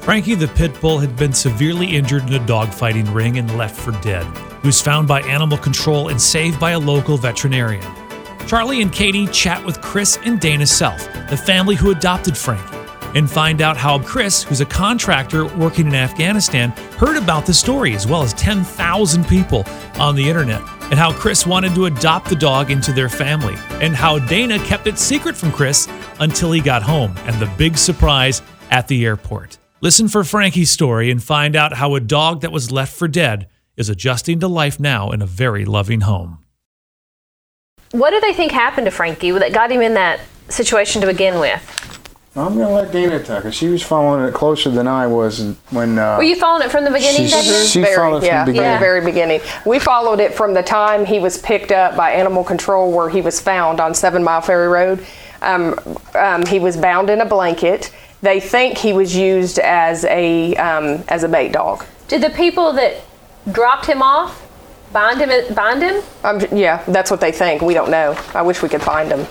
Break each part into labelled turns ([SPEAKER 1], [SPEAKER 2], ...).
[SPEAKER 1] Frankie the pit bull had been severely injured in a dogfighting ring and left for dead. He was found by animal control and saved by a local veterinarian. Charlie and Katie chat with Chris and Dana Self, the family who adopted Frankie, and find out how Chris, who's a contractor working in Afghanistan, heard about the story as well as 10,000 people on the internet, and how Chris wanted to adopt the dog into their family, and how Dana kept it secret from Chris until he got home, and the big surprise at the airport. Listen for Frankie's story and find out how a dog that was left for dead is adjusting to life now in a very loving home.
[SPEAKER 2] What do they think happened to Frankie that got him in that situation to begin with?
[SPEAKER 3] I'm gonna let Dana talk. 'cause She was following it closer than I was when. Uh,
[SPEAKER 2] Were you following it from the beginning,
[SPEAKER 3] She's-
[SPEAKER 2] David?
[SPEAKER 3] she followed from the
[SPEAKER 4] yeah,
[SPEAKER 3] beginning.
[SPEAKER 4] the very beginning. We followed it from the time he was picked up by animal control, where he was found on Seven Mile Ferry Road. Um, um, he was bound in a blanket. They think he was used as a um, as a bait dog.
[SPEAKER 2] Did the people that dropped him off bind him? Bind him?
[SPEAKER 4] Um, yeah, that's what they think. We don't know. I wish we could find him.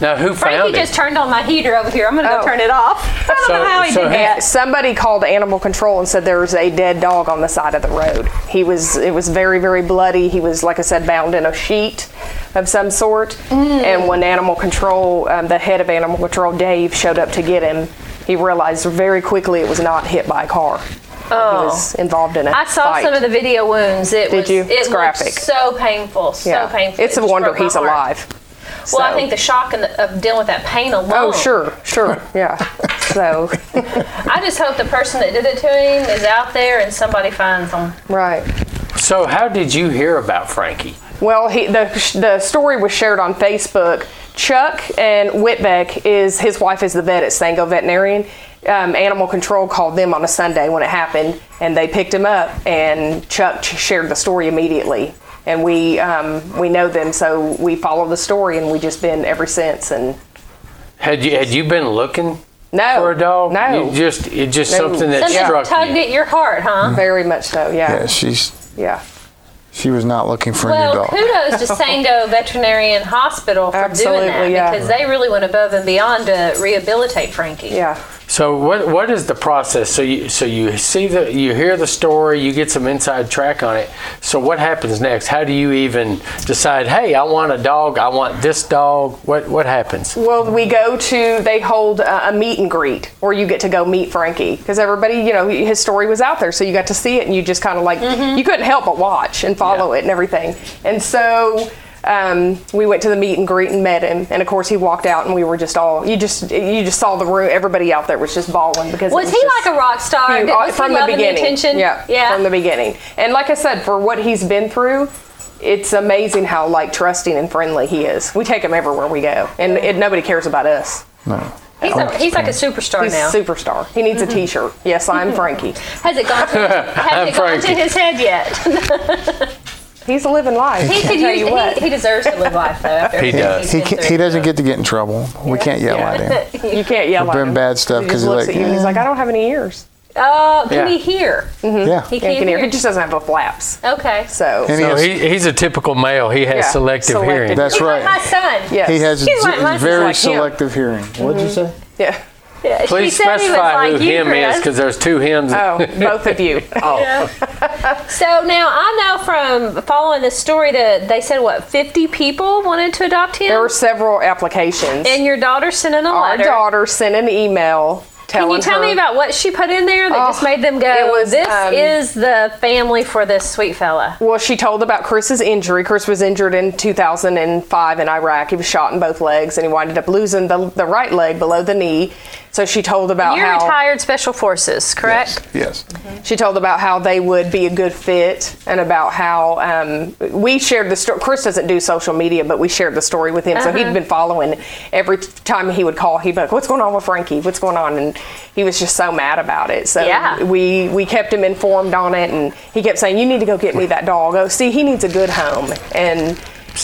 [SPEAKER 5] Now, who
[SPEAKER 2] Frankie
[SPEAKER 5] found
[SPEAKER 2] just
[SPEAKER 5] it?
[SPEAKER 2] turned on my heater over here. I'm gonna go
[SPEAKER 4] Oh.
[SPEAKER 2] turn it off. I don't
[SPEAKER 5] So-
[SPEAKER 2] know how he
[SPEAKER 5] so
[SPEAKER 2] did
[SPEAKER 5] who-
[SPEAKER 2] that.
[SPEAKER 4] Somebody called animal control and said there was a dead dog on the side of the road. He was it was very very bloody. He was like I said bound in a sheet of some sort.
[SPEAKER 2] Mm.
[SPEAKER 4] And when animal control, um, the head of animal control, Dave, showed up to get him, he realized very quickly it was not hit by a car.
[SPEAKER 2] Oh.
[SPEAKER 4] He was involved in it.
[SPEAKER 2] I saw some of the video wounds. It
[SPEAKER 4] Did
[SPEAKER 2] was,
[SPEAKER 4] you?
[SPEAKER 2] It
[SPEAKER 4] It's
[SPEAKER 2] looked
[SPEAKER 4] graphic.
[SPEAKER 2] So painful. So painful.
[SPEAKER 4] It's
[SPEAKER 2] It
[SPEAKER 4] a
[SPEAKER 2] just
[SPEAKER 4] wonder
[SPEAKER 2] broke my
[SPEAKER 4] he's
[SPEAKER 2] heart.
[SPEAKER 4] alive.
[SPEAKER 2] Well, I
[SPEAKER 4] So-
[SPEAKER 2] think the shock and the, of dealing with that pain alone.
[SPEAKER 4] Oh sure, sure, yeah. So,
[SPEAKER 2] I just hope the person that did it to him is out there and somebody finds him.
[SPEAKER 4] right.
[SPEAKER 5] So, how did you hear about Frankie?
[SPEAKER 4] Well, he, the the story was shared on Facebook. Chuck and Whitbeck is his wife is the vet at Sango Veterinarian. Um, animal control called them on a Sunday when it happened, and they picked him up. And Chuck ch- shared the story immediately, and we um, we know them, so we follow the story, and we just been ever since. And
[SPEAKER 5] Had you had you been looking
[SPEAKER 4] no,
[SPEAKER 5] for a dog?
[SPEAKER 4] no,
[SPEAKER 5] You just it's just
[SPEAKER 4] No.
[SPEAKER 5] something that
[SPEAKER 2] Something
[SPEAKER 5] struck
[SPEAKER 2] tugged
[SPEAKER 5] you.
[SPEAKER 2] at your heart, huh?
[SPEAKER 4] very much so.
[SPEAKER 3] yeah,
[SPEAKER 4] Yeah,
[SPEAKER 3] she's
[SPEAKER 4] yeah.
[SPEAKER 3] she was not looking for a new
[SPEAKER 2] Well,
[SPEAKER 3] dog.
[SPEAKER 2] kudos to Sango Veterinarian Hospital for doing that
[SPEAKER 4] Absolutely, yeah.
[SPEAKER 2] because they really went above and beyond to rehabilitate Frankie.
[SPEAKER 4] Yeah,
[SPEAKER 5] So what what is the process? So you so you see the you hear the story, you get some inside track on it. So what happens next? How do you even decide? Hey, I want a dog. I want this dog. What what happens?
[SPEAKER 2] Mm.
[SPEAKER 4] Well, we go to they hold a, a meet and greet, or you get to go meet Frankie because everybody, you know, his story was out there, so you got to see it, and you just kind of like
[SPEAKER 2] Mm-hmm.
[SPEAKER 4] you couldn't help but watch and follow
[SPEAKER 5] Yeah.
[SPEAKER 4] it and everything. And so um, we went to the meet and greet and met him, and of course he walked out, and we were just all you just you just saw the room. Everybody out there was just bawling because it
[SPEAKER 2] Was he
[SPEAKER 4] just-
[SPEAKER 2] like a rock star?
[SPEAKER 4] he-
[SPEAKER 2] Did- was he
[SPEAKER 4] from the
[SPEAKER 2] loving
[SPEAKER 4] beginning.
[SPEAKER 2] attention?
[SPEAKER 4] Yeah,
[SPEAKER 2] Yeah.
[SPEAKER 4] from the beginning. And like I said, for what he's been through, it's amazing how like trusting and friendly he is. We take him everywhere we go, and it, nobody cares about us.
[SPEAKER 3] No.
[SPEAKER 2] he's, a, he's like a superstar
[SPEAKER 4] He's
[SPEAKER 2] now.
[SPEAKER 4] a superstar. He needs
[SPEAKER 2] Mm-hmm.
[SPEAKER 4] a T-shirt. Yes, I'm Frankie.
[SPEAKER 2] Has it gone to, has it gone to
[SPEAKER 5] Frankie.
[SPEAKER 2] his head yet?
[SPEAKER 4] He's living life.
[SPEAKER 2] he,
[SPEAKER 4] I
[SPEAKER 2] could
[SPEAKER 4] tell
[SPEAKER 2] use,
[SPEAKER 4] you what.
[SPEAKER 2] he, he deserves to live life, though. After
[SPEAKER 5] He
[SPEAKER 2] everything
[SPEAKER 5] does.
[SPEAKER 2] he's
[SPEAKER 3] He
[SPEAKER 2] been
[SPEAKER 3] can,
[SPEAKER 2] through.
[SPEAKER 3] he doesn't get to get in trouble. We can't yell
[SPEAKER 4] Yeah.
[SPEAKER 3] at him.
[SPEAKER 4] you can't yell at
[SPEAKER 3] been
[SPEAKER 4] him.
[SPEAKER 3] bad stuff
[SPEAKER 4] He
[SPEAKER 3] 'cause
[SPEAKER 4] just
[SPEAKER 3] he
[SPEAKER 4] looks
[SPEAKER 3] like,
[SPEAKER 4] at you and he's
[SPEAKER 3] "Eh."
[SPEAKER 4] like, I don't have any ears.
[SPEAKER 2] Oh, can
[SPEAKER 5] Yeah.
[SPEAKER 2] he hear?
[SPEAKER 3] Yeah.
[SPEAKER 2] He
[SPEAKER 4] Yeah,
[SPEAKER 2] can't
[SPEAKER 4] he can hear.
[SPEAKER 2] hear.
[SPEAKER 4] He just doesn't have the flaps.
[SPEAKER 2] Okay.
[SPEAKER 4] Mm-hmm. So
[SPEAKER 3] And he
[SPEAKER 5] So
[SPEAKER 3] has,
[SPEAKER 5] he, he's a typical male. He has
[SPEAKER 4] Yeah,
[SPEAKER 5] selective,
[SPEAKER 4] selective.
[SPEAKER 5] hearing.
[SPEAKER 3] that's
[SPEAKER 2] He's like my
[SPEAKER 3] right.
[SPEAKER 2] son.
[SPEAKER 4] yes,
[SPEAKER 3] He has a
[SPEAKER 2] He's like
[SPEAKER 3] z-
[SPEAKER 2] my- he's
[SPEAKER 3] very
[SPEAKER 4] like him.
[SPEAKER 3] selective hearing. What did you say?
[SPEAKER 4] yeah.
[SPEAKER 2] Yeah, she
[SPEAKER 5] Please
[SPEAKER 2] said he was
[SPEAKER 5] specify
[SPEAKER 2] like
[SPEAKER 5] who
[SPEAKER 2] you,
[SPEAKER 5] him is
[SPEAKER 2] Chris.
[SPEAKER 5] because there's two hims.
[SPEAKER 4] Oh, both of you.
[SPEAKER 3] Oh.
[SPEAKER 2] So now I know from following this story that they said what 50 people wanted to adopt him,
[SPEAKER 4] There were several applications.
[SPEAKER 2] and your daughter sent in a
[SPEAKER 4] Our
[SPEAKER 2] letter.
[SPEAKER 4] daughter sent an email telling
[SPEAKER 2] Can you tell
[SPEAKER 4] her,
[SPEAKER 2] me about what she put in there that
[SPEAKER 4] Oh,
[SPEAKER 2] just made them go?
[SPEAKER 4] it was,
[SPEAKER 2] this
[SPEAKER 4] um,
[SPEAKER 2] is the family for this sweet fella.
[SPEAKER 4] Well, she told about Chris's injury. Chris was injured in 2005 in Iraq. He was shot in both legs, and he wound up losing the, the right leg below the knee. So she told about
[SPEAKER 2] You're
[SPEAKER 4] how
[SPEAKER 2] retired special forces, correct?
[SPEAKER 3] Yes.
[SPEAKER 4] she told about how they would be a good fit, and about how um, we shared the story. Chris doesn't do social media, but we shared the story with him. So
[SPEAKER 2] Uh-huh.
[SPEAKER 4] he'd been following every time he would call. He'd be like, "What's going on with Frankie? What's going on?" And he was just so mad about it. So
[SPEAKER 2] Yeah.
[SPEAKER 4] we we kept him informed on it, and he kept saying, "You need to go get me that dog. Oh, see, he needs a good home." And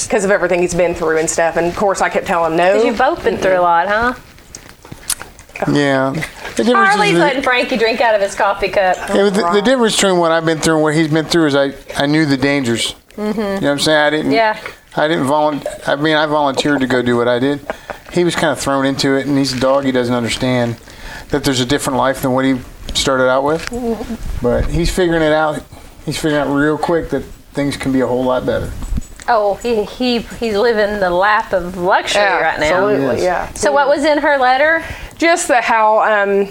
[SPEAKER 4] because of everything he's been through and stuff, and of course, I kept telling him no.
[SPEAKER 2] You've both been through a lot, huh?
[SPEAKER 3] Yeah. The difference
[SPEAKER 2] Harley's
[SPEAKER 3] is-
[SPEAKER 2] letting Frankie drink out of his coffee cup.
[SPEAKER 3] Yeah, but the, the difference between what I've been through and what he's been through is I, I knew the dangers. You know what I'm saying? I didn't.
[SPEAKER 2] Yeah.
[SPEAKER 3] I didn't volunteer. I mean, I volunteered to go do what I did. He was kind of thrown into it, and he's a dog. He doesn't understand that there's a different life than what he started out with. But he's figuring it out. He's figuring out real quick that things can be a whole lot better.
[SPEAKER 2] Oh, he, he he's living the life of luxury right now.
[SPEAKER 4] Absolutely,
[SPEAKER 3] Yes.
[SPEAKER 4] yeah.
[SPEAKER 2] So what was in her letter?
[SPEAKER 4] just the how um,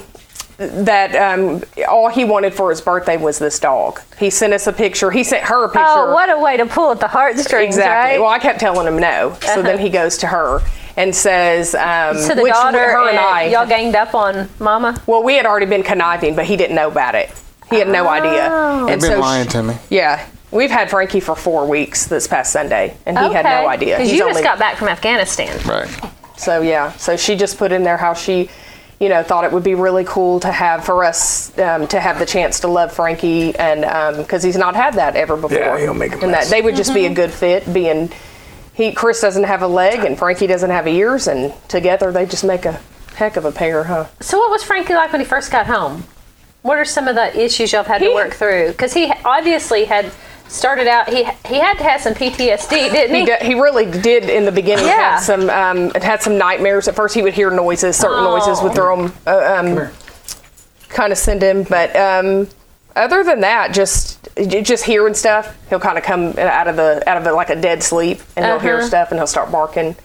[SPEAKER 4] that um, all he wanted for his birthday was this dog. He sent us a picture. He sent her a picture.
[SPEAKER 2] Oh, what a way to pull at the heartstrings,
[SPEAKER 4] exactly.
[SPEAKER 2] right?
[SPEAKER 4] Well, I kept telling him no. So then he goes to her and says, um,
[SPEAKER 2] to the
[SPEAKER 4] which
[SPEAKER 2] daughter,
[SPEAKER 4] her and I,
[SPEAKER 2] y'all ganged up on Mama.
[SPEAKER 4] well, we had already been conniving, but he didn't know about it. He had no
[SPEAKER 2] Oh.
[SPEAKER 4] idea.
[SPEAKER 3] They've
[SPEAKER 4] And
[SPEAKER 3] been
[SPEAKER 4] she-
[SPEAKER 3] lying to me.
[SPEAKER 4] Yeah. We've had Frankie for four weeks this past Sunday, and he had no idea.
[SPEAKER 2] Because
[SPEAKER 4] He's
[SPEAKER 2] you just
[SPEAKER 4] only-
[SPEAKER 2] got back from Afghanistan.
[SPEAKER 3] Right.
[SPEAKER 4] So yeah, so she just put in there how she, you know, thought it would be really cool to have for us um, to have the chance to love Frankie and because he's not had that ever before.
[SPEAKER 6] Yeah, he'll make a
[SPEAKER 4] And that
[SPEAKER 6] mess.
[SPEAKER 4] they would just be a good fit, being he Chris doesn't have a leg and Frankie doesn't have ears, and together they just make a heck of a pair, huh?
[SPEAKER 2] So what was Frankie like when he first got home? What are some of the issues y'all have had to
[SPEAKER 4] He-
[SPEAKER 2] work through? Because he obviously had started out. He he had to have some PTSD, didn't he?
[SPEAKER 4] He, d- he really did in the beginning.
[SPEAKER 2] Yeah.
[SPEAKER 4] Had some um, had some nightmares. At first, he would hear noises. Certain
[SPEAKER 2] Oh.
[SPEAKER 4] noises would throw him uh, um, kind of send him. But um, other than that, just j- just hearing stuff, he'll kind of come out of the out of it like a dead sleep, and he'll hear
[SPEAKER 2] Uh-huh.
[SPEAKER 4] stuff and he'll start barking.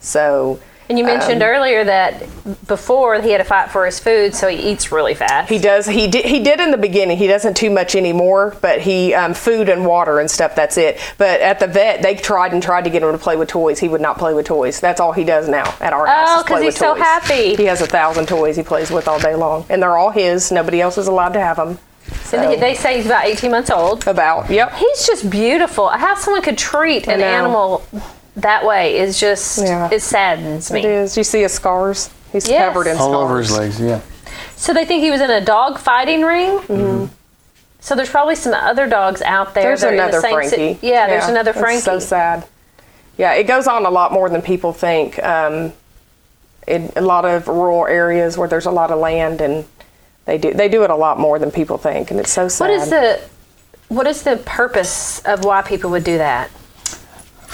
[SPEAKER 4] So
[SPEAKER 2] and you
[SPEAKER 4] Um,
[SPEAKER 2] mentioned earlier that before he had a fight for his food, so he eats really fast.
[SPEAKER 4] He does. He did. He did in the beginning. He doesn't too much anymore. But he um, food and water and stuff. That's it. But at the vet, they tried and tried to get him to play with toys. He would not play with toys. That's all he does now at our house. is play
[SPEAKER 2] Oh, 'cause
[SPEAKER 4] with
[SPEAKER 2] he's so
[SPEAKER 4] toys.
[SPEAKER 2] happy.
[SPEAKER 4] He has a thousand toys he plays with all day long, and they're all his. Nobody else is allowed to have them.
[SPEAKER 2] And they- they say he's about 18 months old.
[SPEAKER 4] About. Yep.
[SPEAKER 2] He's just beautiful. How someone could treat an
[SPEAKER 4] know.
[SPEAKER 2] animal that way is just
[SPEAKER 4] Yeah.
[SPEAKER 2] it saddens me.
[SPEAKER 4] It is. You see his scars. He's
[SPEAKER 2] Yes.
[SPEAKER 4] covered in
[SPEAKER 3] All
[SPEAKER 4] scars.
[SPEAKER 3] over his legs, yeah.
[SPEAKER 2] So they think he was in a dog fighting ring. So there's probably some other dogs out there.
[SPEAKER 4] Mm-hmm. There's
[SPEAKER 2] that are in the
[SPEAKER 4] another
[SPEAKER 2] same
[SPEAKER 4] Frankie.
[SPEAKER 2] si- yeah, there's another
[SPEAKER 4] it's
[SPEAKER 2] Frankie.
[SPEAKER 4] so sad. Yeah, it goes on a lot more than people think. Um, in a lot of rural areas where there's a lot of land, and they do they do it a lot more than people think, and it's so sad.
[SPEAKER 2] What is the what is the purpose of why people would do that?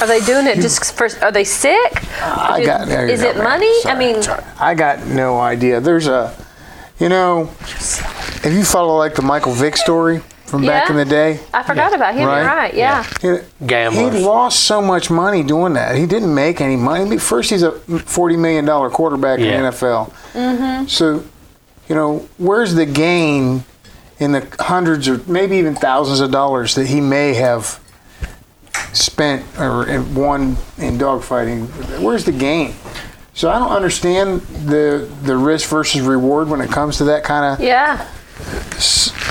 [SPEAKER 2] Are they doing it just for? Are they sick?
[SPEAKER 3] I got. there you
[SPEAKER 2] Is
[SPEAKER 3] go,
[SPEAKER 2] it
[SPEAKER 3] man.
[SPEAKER 2] money?
[SPEAKER 3] Sorry,
[SPEAKER 2] I mean,
[SPEAKER 3] sorry. I got no idea. There's a, you know, if you follow like the Michael Vick story from back
[SPEAKER 2] Yeah.
[SPEAKER 3] in the day,
[SPEAKER 2] I forgot about him.
[SPEAKER 3] Right?
[SPEAKER 2] You're right. Yeah.
[SPEAKER 3] he,
[SPEAKER 5] Gamblers.
[SPEAKER 3] he lost so much money doing that. He didn't make any money. I mean, First, he's a forty million dollar quarterback
[SPEAKER 5] Yeah.
[SPEAKER 3] in the NFL. Mm-hmm. So, you know, where's the gain in the hundreds or maybe even thousands of dollars that he may have spent or won in dogfighting? Where's the gain? So I don't understand the the risk versus reward when it comes to that kind of
[SPEAKER 2] Yeah.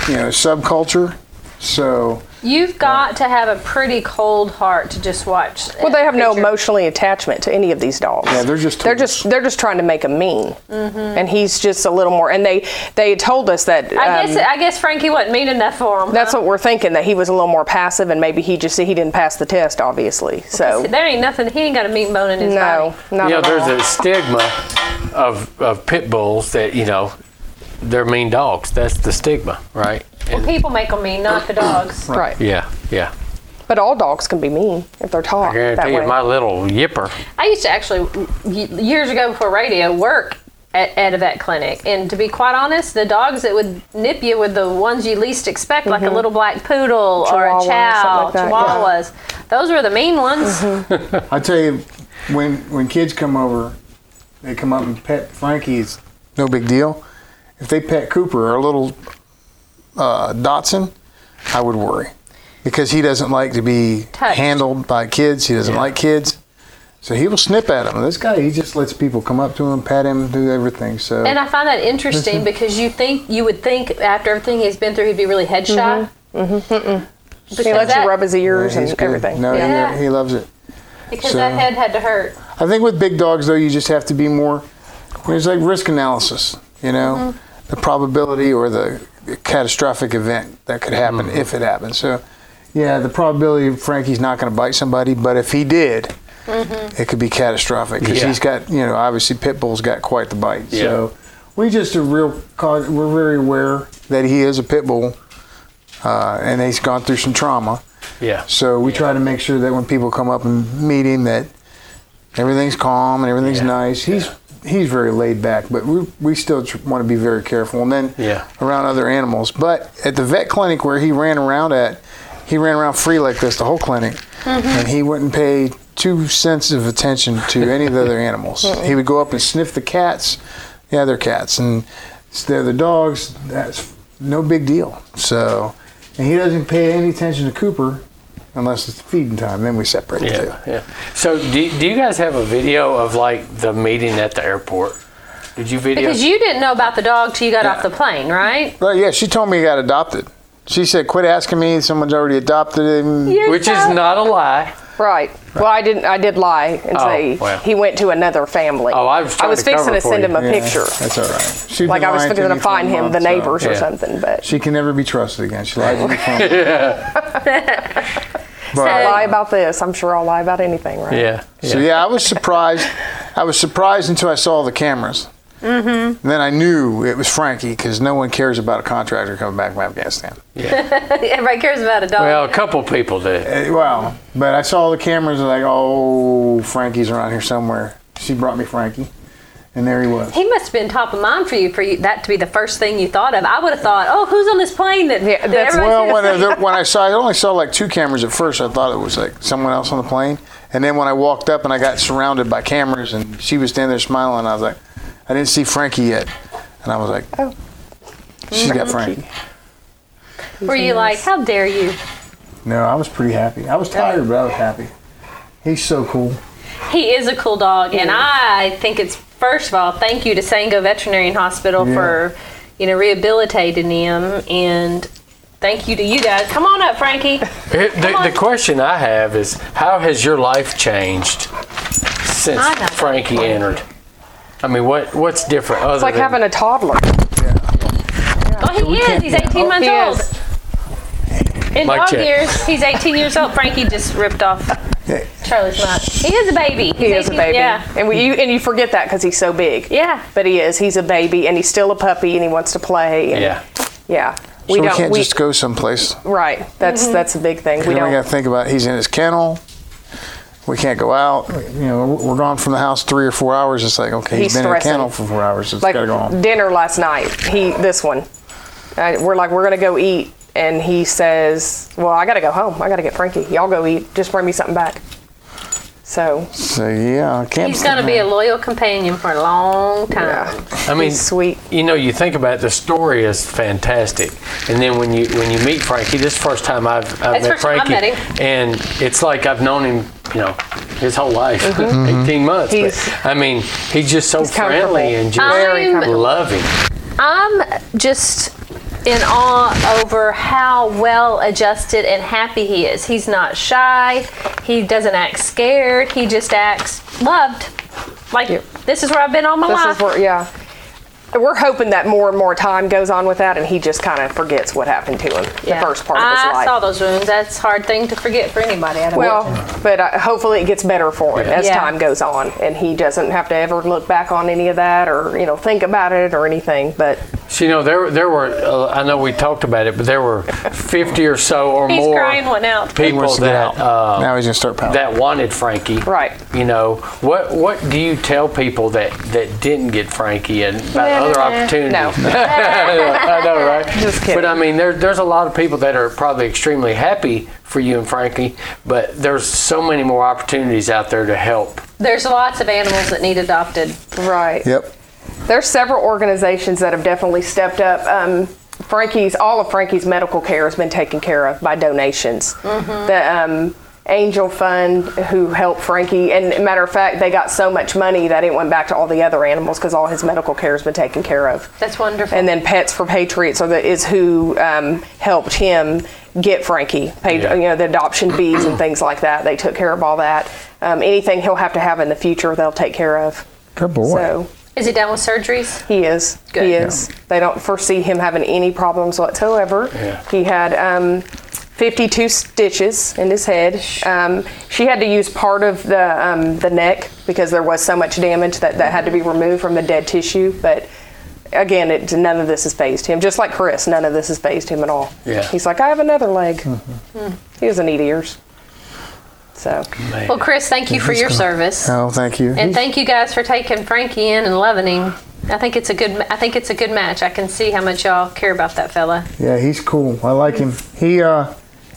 [SPEAKER 3] you know subculture. So
[SPEAKER 2] You've got to have a pretty cold heart to just watch.
[SPEAKER 4] well, they have no
[SPEAKER 2] picture.
[SPEAKER 4] emotionally attachment to any of these dogs.
[SPEAKER 3] Yeah, they're just
[SPEAKER 4] they're
[SPEAKER 3] tools.
[SPEAKER 4] just they're just trying to make him mean,
[SPEAKER 2] Mm-hmm.
[SPEAKER 4] and he's just a little more. And they they told us that
[SPEAKER 2] I guess uh,
[SPEAKER 4] um,
[SPEAKER 2] I guess Frankie wasn't mean enough for him.
[SPEAKER 4] that's what we're thinking that he was a little more passive, and maybe he just he didn't pass the test, obviously. So
[SPEAKER 2] There ain't nothing. He ain't got a meat bone in his
[SPEAKER 4] No,
[SPEAKER 2] body.
[SPEAKER 4] not
[SPEAKER 5] you know,
[SPEAKER 4] at
[SPEAKER 5] there's
[SPEAKER 4] all.
[SPEAKER 5] a stigma of, of pit bulls that, you know, they're mean dogs. That's the stigma, right?
[SPEAKER 2] Well, people make them mean, not the dogs.
[SPEAKER 4] right.
[SPEAKER 5] Yeah, yeah.
[SPEAKER 4] But all dogs can be mean if they're taught
[SPEAKER 5] I
[SPEAKER 4] that
[SPEAKER 5] guarantee
[SPEAKER 4] way.
[SPEAKER 5] you, my little yipper.
[SPEAKER 2] I used to actually y- years ago before radio work at, at a vet clinic, and to be quite honest, the dogs that would nip you were the ones you least expect, like a little black poodle
[SPEAKER 4] Chihuahua
[SPEAKER 2] or
[SPEAKER 4] or
[SPEAKER 2] a chow,
[SPEAKER 4] Mm-hmm. something like that,
[SPEAKER 2] chihuahuas.
[SPEAKER 4] Mm-hmm.
[SPEAKER 2] Those were the mean ones.
[SPEAKER 3] I tell you, when when kids come over, they come up and pet Frankie's. No big deal. If they pet Cooper or a little uh, Dotson, I would worry because he doesn't like to be
[SPEAKER 2] Touched.
[SPEAKER 3] handled by kids. He doesn't like kids, so he will snip at him. This guy, he just lets people come up to him, pat him, do everything. So
[SPEAKER 2] And I find that interesting because you think you would think after everything he's been through, he'd be really head shy. Because
[SPEAKER 4] Mm-hmm. he lets
[SPEAKER 2] that,
[SPEAKER 4] you rub his
[SPEAKER 3] Yeah,
[SPEAKER 4] ears
[SPEAKER 3] he's
[SPEAKER 4] and
[SPEAKER 3] good.
[SPEAKER 4] everything.
[SPEAKER 3] No,
[SPEAKER 4] yeah.
[SPEAKER 2] Yeah.
[SPEAKER 3] he, he loves it.
[SPEAKER 2] because
[SPEAKER 3] so-
[SPEAKER 2] that head had to hurt.
[SPEAKER 3] I think with big dogs though, you just have to be more. It's like risk analysis, you know, the probability or the catastrophic event that could happen
[SPEAKER 5] Mm-hmm.
[SPEAKER 3] if it happens. So, yeah, the probability Frankie's not going to bite somebody, but if he did, it could be catastrophic because
[SPEAKER 5] Yeah.
[SPEAKER 3] he's got, you know, obviously pit bulls got quite the bite.
[SPEAKER 5] Yeah.
[SPEAKER 3] So, we just are real. cau- We're very aware that he is a pit bull, uh, and he's gone through some trauma.
[SPEAKER 5] Yeah.
[SPEAKER 3] So we try to make sure that when people come up and meet him, that everything's calm and everything's
[SPEAKER 5] Yeah.
[SPEAKER 3] nice. He's he's very laid back, but we, we still tr- want to be very careful. And then
[SPEAKER 5] Yeah.
[SPEAKER 3] around other animals. But at the vet clinic where he ran around at, he ran around free like this the whole clinic, and he wouldn't pay two cents of attention to any of the other animals. he would go up and sniff the cats, the other cats, and they're the dogs. That's no big deal. So, and he doesn't pay any attention to Cooper. Unless it's feeding time, then we separate the two.
[SPEAKER 5] Yeah, yeah. So, do, do you guys have a video of like the meeting at the airport? Did you video?
[SPEAKER 2] Because you didn't know about the dog till you got
[SPEAKER 5] Yeah.
[SPEAKER 2] off the plane, right?
[SPEAKER 3] Well, yeah, she told me he got adopted. She said, "Quit asking me. Someone's already adopted him."
[SPEAKER 2] You're
[SPEAKER 5] which
[SPEAKER 2] so-
[SPEAKER 5] is not a lie.
[SPEAKER 4] Right. Well, I didn't. I did lie and
[SPEAKER 5] Oh,
[SPEAKER 4] say
[SPEAKER 5] well.
[SPEAKER 4] he went to another family.
[SPEAKER 5] Oh, I was trying to
[SPEAKER 4] fixing
[SPEAKER 5] cover
[SPEAKER 4] to
[SPEAKER 5] for
[SPEAKER 4] send
[SPEAKER 5] you.
[SPEAKER 4] him a
[SPEAKER 3] Yeah,
[SPEAKER 4] picture.
[SPEAKER 3] That's all right. She's
[SPEAKER 4] Like
[SPEAKER 3] been
[SPEAKER 4] I was
[SPEAKER 3] lying
[SPEAKER 4] fixing to
[SPEAKER 3] me for
[SPEAKER 4] find
[SPEAKER 3] a
[SPEAKER 4] him,
[SPEAKER 3] month,
[SPEAKER 4] the
[SPEAKER 3] so
[SPEAKER 4] neighbors or
[SPEAKER 5] Yeah.
[SPEAKER 4] something. But
[SPEAKER 3] She can never be trusted again. She lied to me. For
[SPEAKER 4] I
[SPEAKER 3] but,
[SPEAKER 4] lie about this. I'm sure I'll lie about anything, right?
[SPEAKER 5] Yeah.
[SPEAKER 3] so yeah, I was surprised. I was surprised until I saw the cameras. Mm-hmm. And then I knew it was Frankie because no one cares about a contractor coming back from Afghanistan.
[SPEAKER 2] Everybody cares about a dog.
[SPEAKER 5] Well, a couple people did.
[SPEAKER 3] Eh, Well, but I saw the cameras and like, oh, Frankie's around here somewhere. She brought me Frankie, and there he was.
[SPEAKER 2] he must have been top of mind for you for you, that to be the first thing you thought of. I would have thought, oh, who's on this plane that,
[SPEAKER 4] Yeah,
[SPEAKER 2] that
[SPEAKER 4] that's-
[SPEAKER 2] everybody's
[SPEAKER 3] Well,
[SPEAKER 2] gonna
[SPEAKER 3] when I,
[SPEAKER 2] see?"
[SPEAKER 3] when I saw, I only saw like two cameras at first. I thought it was like someone else on the plane. And then when I walked up and I got surrounded by cameras, and she was standing there smiling, I was like, I didn't see Frankie yet, and I was like,
[SPEAKER 4] Oh.
[SPEAKER 3] she's got Frankie.
[SPEAKER 2] Were you like, how dare you?
[SPEAKER 3] No, I was pretty happy. I was tired, but I was happy. He's so cool.
[SPEAKER 2] He is a cool dog, and I think it's first of all, thank you to Sango Veterinarian Hospital
[SPEAKER 3] Yeah.
[SPEAKER 2] for you know rehabilitating him, and thank you to you guys. Come on up, Frankie.
[SPEAKER 5] Here-
[SPEAKER 2] Come
[SPEAKER 5] The,
[SPEAKER 2] on.
[SPEAKER 5] the question I have is, how has your life changed since
[SPEAKER 2] I know.
[SPEAKER 5] Frankie entered? I mean, what what's different? Other
[SPEAKER 4] It's like
[SPEAKER 5] than,
[SPEAKER 4] having a toddler.
[SPEAKER 2] Oh, he is. He's 18 months
[SPEAKER 4] He
[SPEAKER 2] old.
[SPEAKER 4] is.
[SPEAKER 2] In
[SPEAKER 5] Mic
[SPEAKER 2] dog
[SPEAKER 5] check.
[SPEAKER 2] years, he's 18 years old. Frankie just ripped off Charlie's mic. He is a baby.
[SPEAKER 4] He is a baby.
[SPEAKER 2] Yeah.
[SPEAKER 4] And we, you and you forget that because he's so big.
[SPEAKER 2] Yeah.
[SPEAKER 4] But he is. He's a baby, and he's still a puppy, and he wants to play. And
[SPEAKER 5] Yeah.
[SPEAKER 4] Yeah.
[SPEAKER 3] So we, can't just go someplace.
[SPEAKER 4] right. That's
[SPEAKER 2] Mm-hmm.
[SPEAKER 4] that's a big thing. We
[SPEAKER 3] We, we
[SPEAKER 4] don't.
[SPEAKER 3] got to think about he's in his kennel. We can't go out. You know, we're gone from the house three or four hours. It's like okay,
[SPEAKER 4] He's
[SPEAKER 3] he's been
[SPEAKER 4] stressing.
[SPEAKER 3] in the kennel for four hours. It's
[SPEAKER 4] like
[SPEAKER 3] got to go home.
[SPEAKER 4] dinner last night. He this one. Uh, we're like we're gonna go eat, and he says, "Well, I gotta go home. I gotta get Frankie. Y'all go eat. Just bring me something back." So
[SPEAKER 3] So yeah, I can't.
[SPEAKER 2] He's going to be a loyal companion for a long time.
[SPEAKER 4] yeah,
[SPEAKER 5] I mean,
[SPEAKER 4] he's sweet.
[SPEAKER 5] you know, you think about it, the story is fantastic, and then when you when you meet Frankie, this is the first time I've, I've
[SPEAKER 2] It's
[SPEAKER 5] met
[SPEAKER 2] first time I've
[SPEAKER 5] Frankie,
[SPEAKER 2] met him.
[SPEAKER 5] and it's like I've known him, you know, his whole life,
[SPEAKER 2] Mm-hmm.
[SPEAKER 3] Mm-hmm.
[SPEAKER 5] eighteen months. but,
[SPEAKER 4] He's-
[SPEAKER 5] I mean, he's just so
[SPEAKER 4] He's comfortable.
[SPEAKER 5] friendly and just
[SPEAKER 2] Very I'm- comfortable.
[SPEAKER 5] loving.
[SPEAKER 2] I'm just in awe over how well adjusted and happy he is. He's not shy. He doesn't act scared. He just acts loved. Like
[SPEAKER 4] Yep.
[SPEAKER 2] this is where I've been all my
[SPEAKER 4] This
[SPEAKER 2] life.
[SPEAKER 4] is where yeah. We're hoping that more and more time goes on with that, and he just kind of forgets what happened to him
[SPEAKER 2] Yeah.
[SPEAKER 4] the first part of his
[SPEAKER 2] I
[SPEAKER 4] life.
[SPEAKER 2] saw those wounds. That's a hard thing to forget for anybody. I don't
[SPEAKER 4] Well, but uh, hopefully it gets better for him as
[SPEAKER 2] Yeah.
[SPEAKER 4] time goes on, and he doesn't have to ever look back on any of that or you know think about it or anything. But
[SPEAKER 5] So, you know, there there were uh, I know we talked about it, but there were fifty or so or
[SPEAKER 2] He's
[SPEAKER 5] more
[SPEAKER 2] crying one out.
[SPEAKER 3] He
[SPEAKER 5] people
[SPEAKER 3] wants to get
[SPEAKER 5] that uh,
[SPEAKER 3] out. now he's gonna start pouting.
[SPEAKER 5] that wanted Frankie.
[SPEAKER 4] Right.
[SPEAKER 5] You know, what what do you tell people that that didn't get Frankie and about other opportunities?
[SPEAKER 4] no.
[SPEAKER 5] I know, right?
[SPEAKER 4] Just kidding.
[SPEAKER 5] But I mean, there, there's a lot of people that are probably extremely happy for you and Frankie, but there's so many more opportunities out there to help.
[SPEAKER 2] There's lots of animals that need adopted.
[SPEAKER 4] right,
[SPEAKER 3] Yep.
[SPEAKER 4] There's several organizations that have definitely stepped up. Um, Frankie's all of Frankie's medical care has been taken care of by donations. The um, Angel Fund who helped Frankie, and matter of fact, they got so much money that it went back to all the other animals because all his medical care has been taken care of.
[SPEAKER 2] That's wonderful.
[SPEAKER 4] And then Pets for Patriots are the, is who um, helped him get Frankie. Paid,
[SPEAKER 5] Yeah.
[SPEAKER 4] you know, the adoption fees and things like that. They took care of all that. Um, anything he'll have to have in the future, they'll take care of.
[SPEAKER 3] Good boy.
[SPEAKER 4] So
[SPEAKER 2] is he down with surgeries?
[SPEAKER 4] he is.
[SPEAKER 2] Good.
[SPEAKER 4] He is. They don't foresee him having any problems whatsoever.
[SPEAKER 5] Yeah.
[SPEAKER 4] He had um, 52 stitches in his head. Um, she had to use part of the um, the neck because there was so much damage that that had to be removed from the dead tissue. But again, it, none of this has phased him. Just like Chris, none of this has phased him at all.
[SPEAKER 5] Yeah.
[SPEAKER 4] He's like, I have another leg. He doesn't need ears. So
[SPEAKER 2] Well, Chris, thank you for your service,
[SPEAKER 3] Oh, thank you.
[SPEAKER 2] and thank you guys for taking Frankie in and loving him. I think it's a good. I think it's a good match. I can see how much y'all care about that fella.
[SPEAKER 3] Yeah, he's cool. I like him. He uh,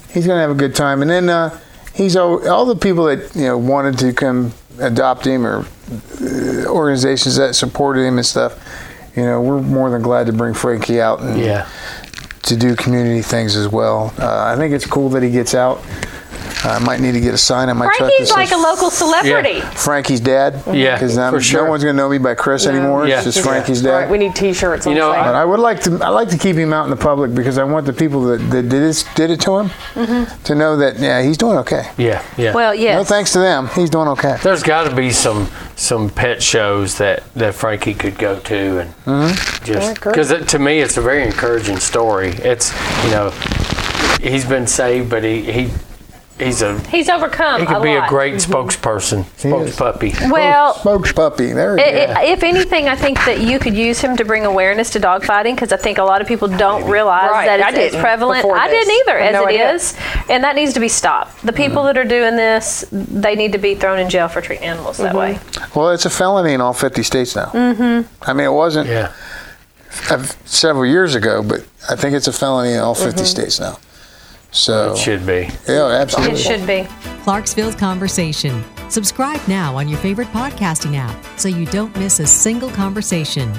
[SPEAKER 3] he's gonna have a good time. And then uh, he's all, all the people that you know wanted to come adopt him or uh, organizations that supported him and stuff. You know, we're more than glad to bring Frankie out and
[SPEAKER 5] Yeah.
[SPEAKER 3] to do community things as well. Uh, I think it's cool that he gets out. I might need to get a sign on my truck.
[SPEAKER 2] Frankie's
[SPEAKER 3] that
[SPEAKER 2] like a
[SPEAKER 3] says
[SPEAKER 2] local celebrity.
[SPEAKER 3] Frankie's dad.
[SPEAKER 5] Yeah,
[SPEAKER 3] because
[SPEAKER 5] for sure.
[SPEAKER 3] no one's gonna know me by Chris anymore.
[SPEAKER 5] Yeah.
[SPEAKER 3] It's just Frankie's
[SPEAKER 4] all
[SPEAKER 3] dad.
[SPEAKER 4] right, we need T-shirts.
[SPEAKER 5] You
[SPEAKER 4] on
[SPEAKER 5] know,
[SPEAKER 4] sale.
[SPEAKER 3] But I would like to. I like to keep him out in the public because I want the people that, that did this, did it to him to know that yeah, he's doing okay.
[SPEAKER 5] Yeah. Yeah.
[SPEAKER 2] Well, Mm-hmm. yes.
[SPEAKER 3] No thanks to them, he's doing okay.
[SPEAKER 5] There's got to be some some pet shows that that Frankie could go to and just
[SPEAKER 4] Yeah, good.
[SPEAKER 5] because to me it's a very encouraging story. It's you know he's been saved, but he he he's a
[SPEAKER 2] He's overcome.
[SPEAKER 5] he could
[SPEAKER 2] a
[SPEAKER 5] be
[SPEAKER 2] lot. Mm-hmm.
[SPEAKER 5] a great spokesperson,
[SPEAKER 3] is.
[SPEAKER 5] spokespuppy.
[SPEAKER 2] Well,
[SPEAKER 3] Smokes puppy. There you
[SPEAKER 2] I- I- If anything, I think that you could use him to bring awareness to dogfighting because I think a lot of people don't realize
[SPEAKER 4] Right, I
[SPEAKER 2] that it's, it's
[SPEAKER 4] didn't
[SPEAKER 2] prevalent.
[SPEAKER 4] before
[SPEAKER 2] I
[SPEAKER 4] this.
[SPEAKER 2] didn't either,
[SPEAKER 4] I had
[SPEAKER 2] as
[SPEAKER 4] no
[SPEAKER 2] it is,
[SPEAKER 4] idea.
[SPEAKER 2] and that needs to be stopped. The people that are doing this, they need to be thrown in jail for treating animals that way.
[SPEAKER 4] Mm-hmm.
[SPEAKER 3] go. Well, it's a felony in all 50 states now. Mm-hmm. I mean, it wasn't
[SPEAKER 5] Yeah.
[SPEAKER 3] uh, several years ago, but I think it's a felony in all 50
[SPEAKER 2] Mm-hmm.
[SPEAKER 3] states now. So
[SPEAKER 5] It should be.
[SPEAKER 3] yeah,
[SPEAKER 2] It
[SPEAKER 3] absolutely.
[SPEAKER 2] should be.
[SPEAKER 6] Clarksville's Conversation. Subscribe now on your favorite podcasting app so you don't miss a single conversation.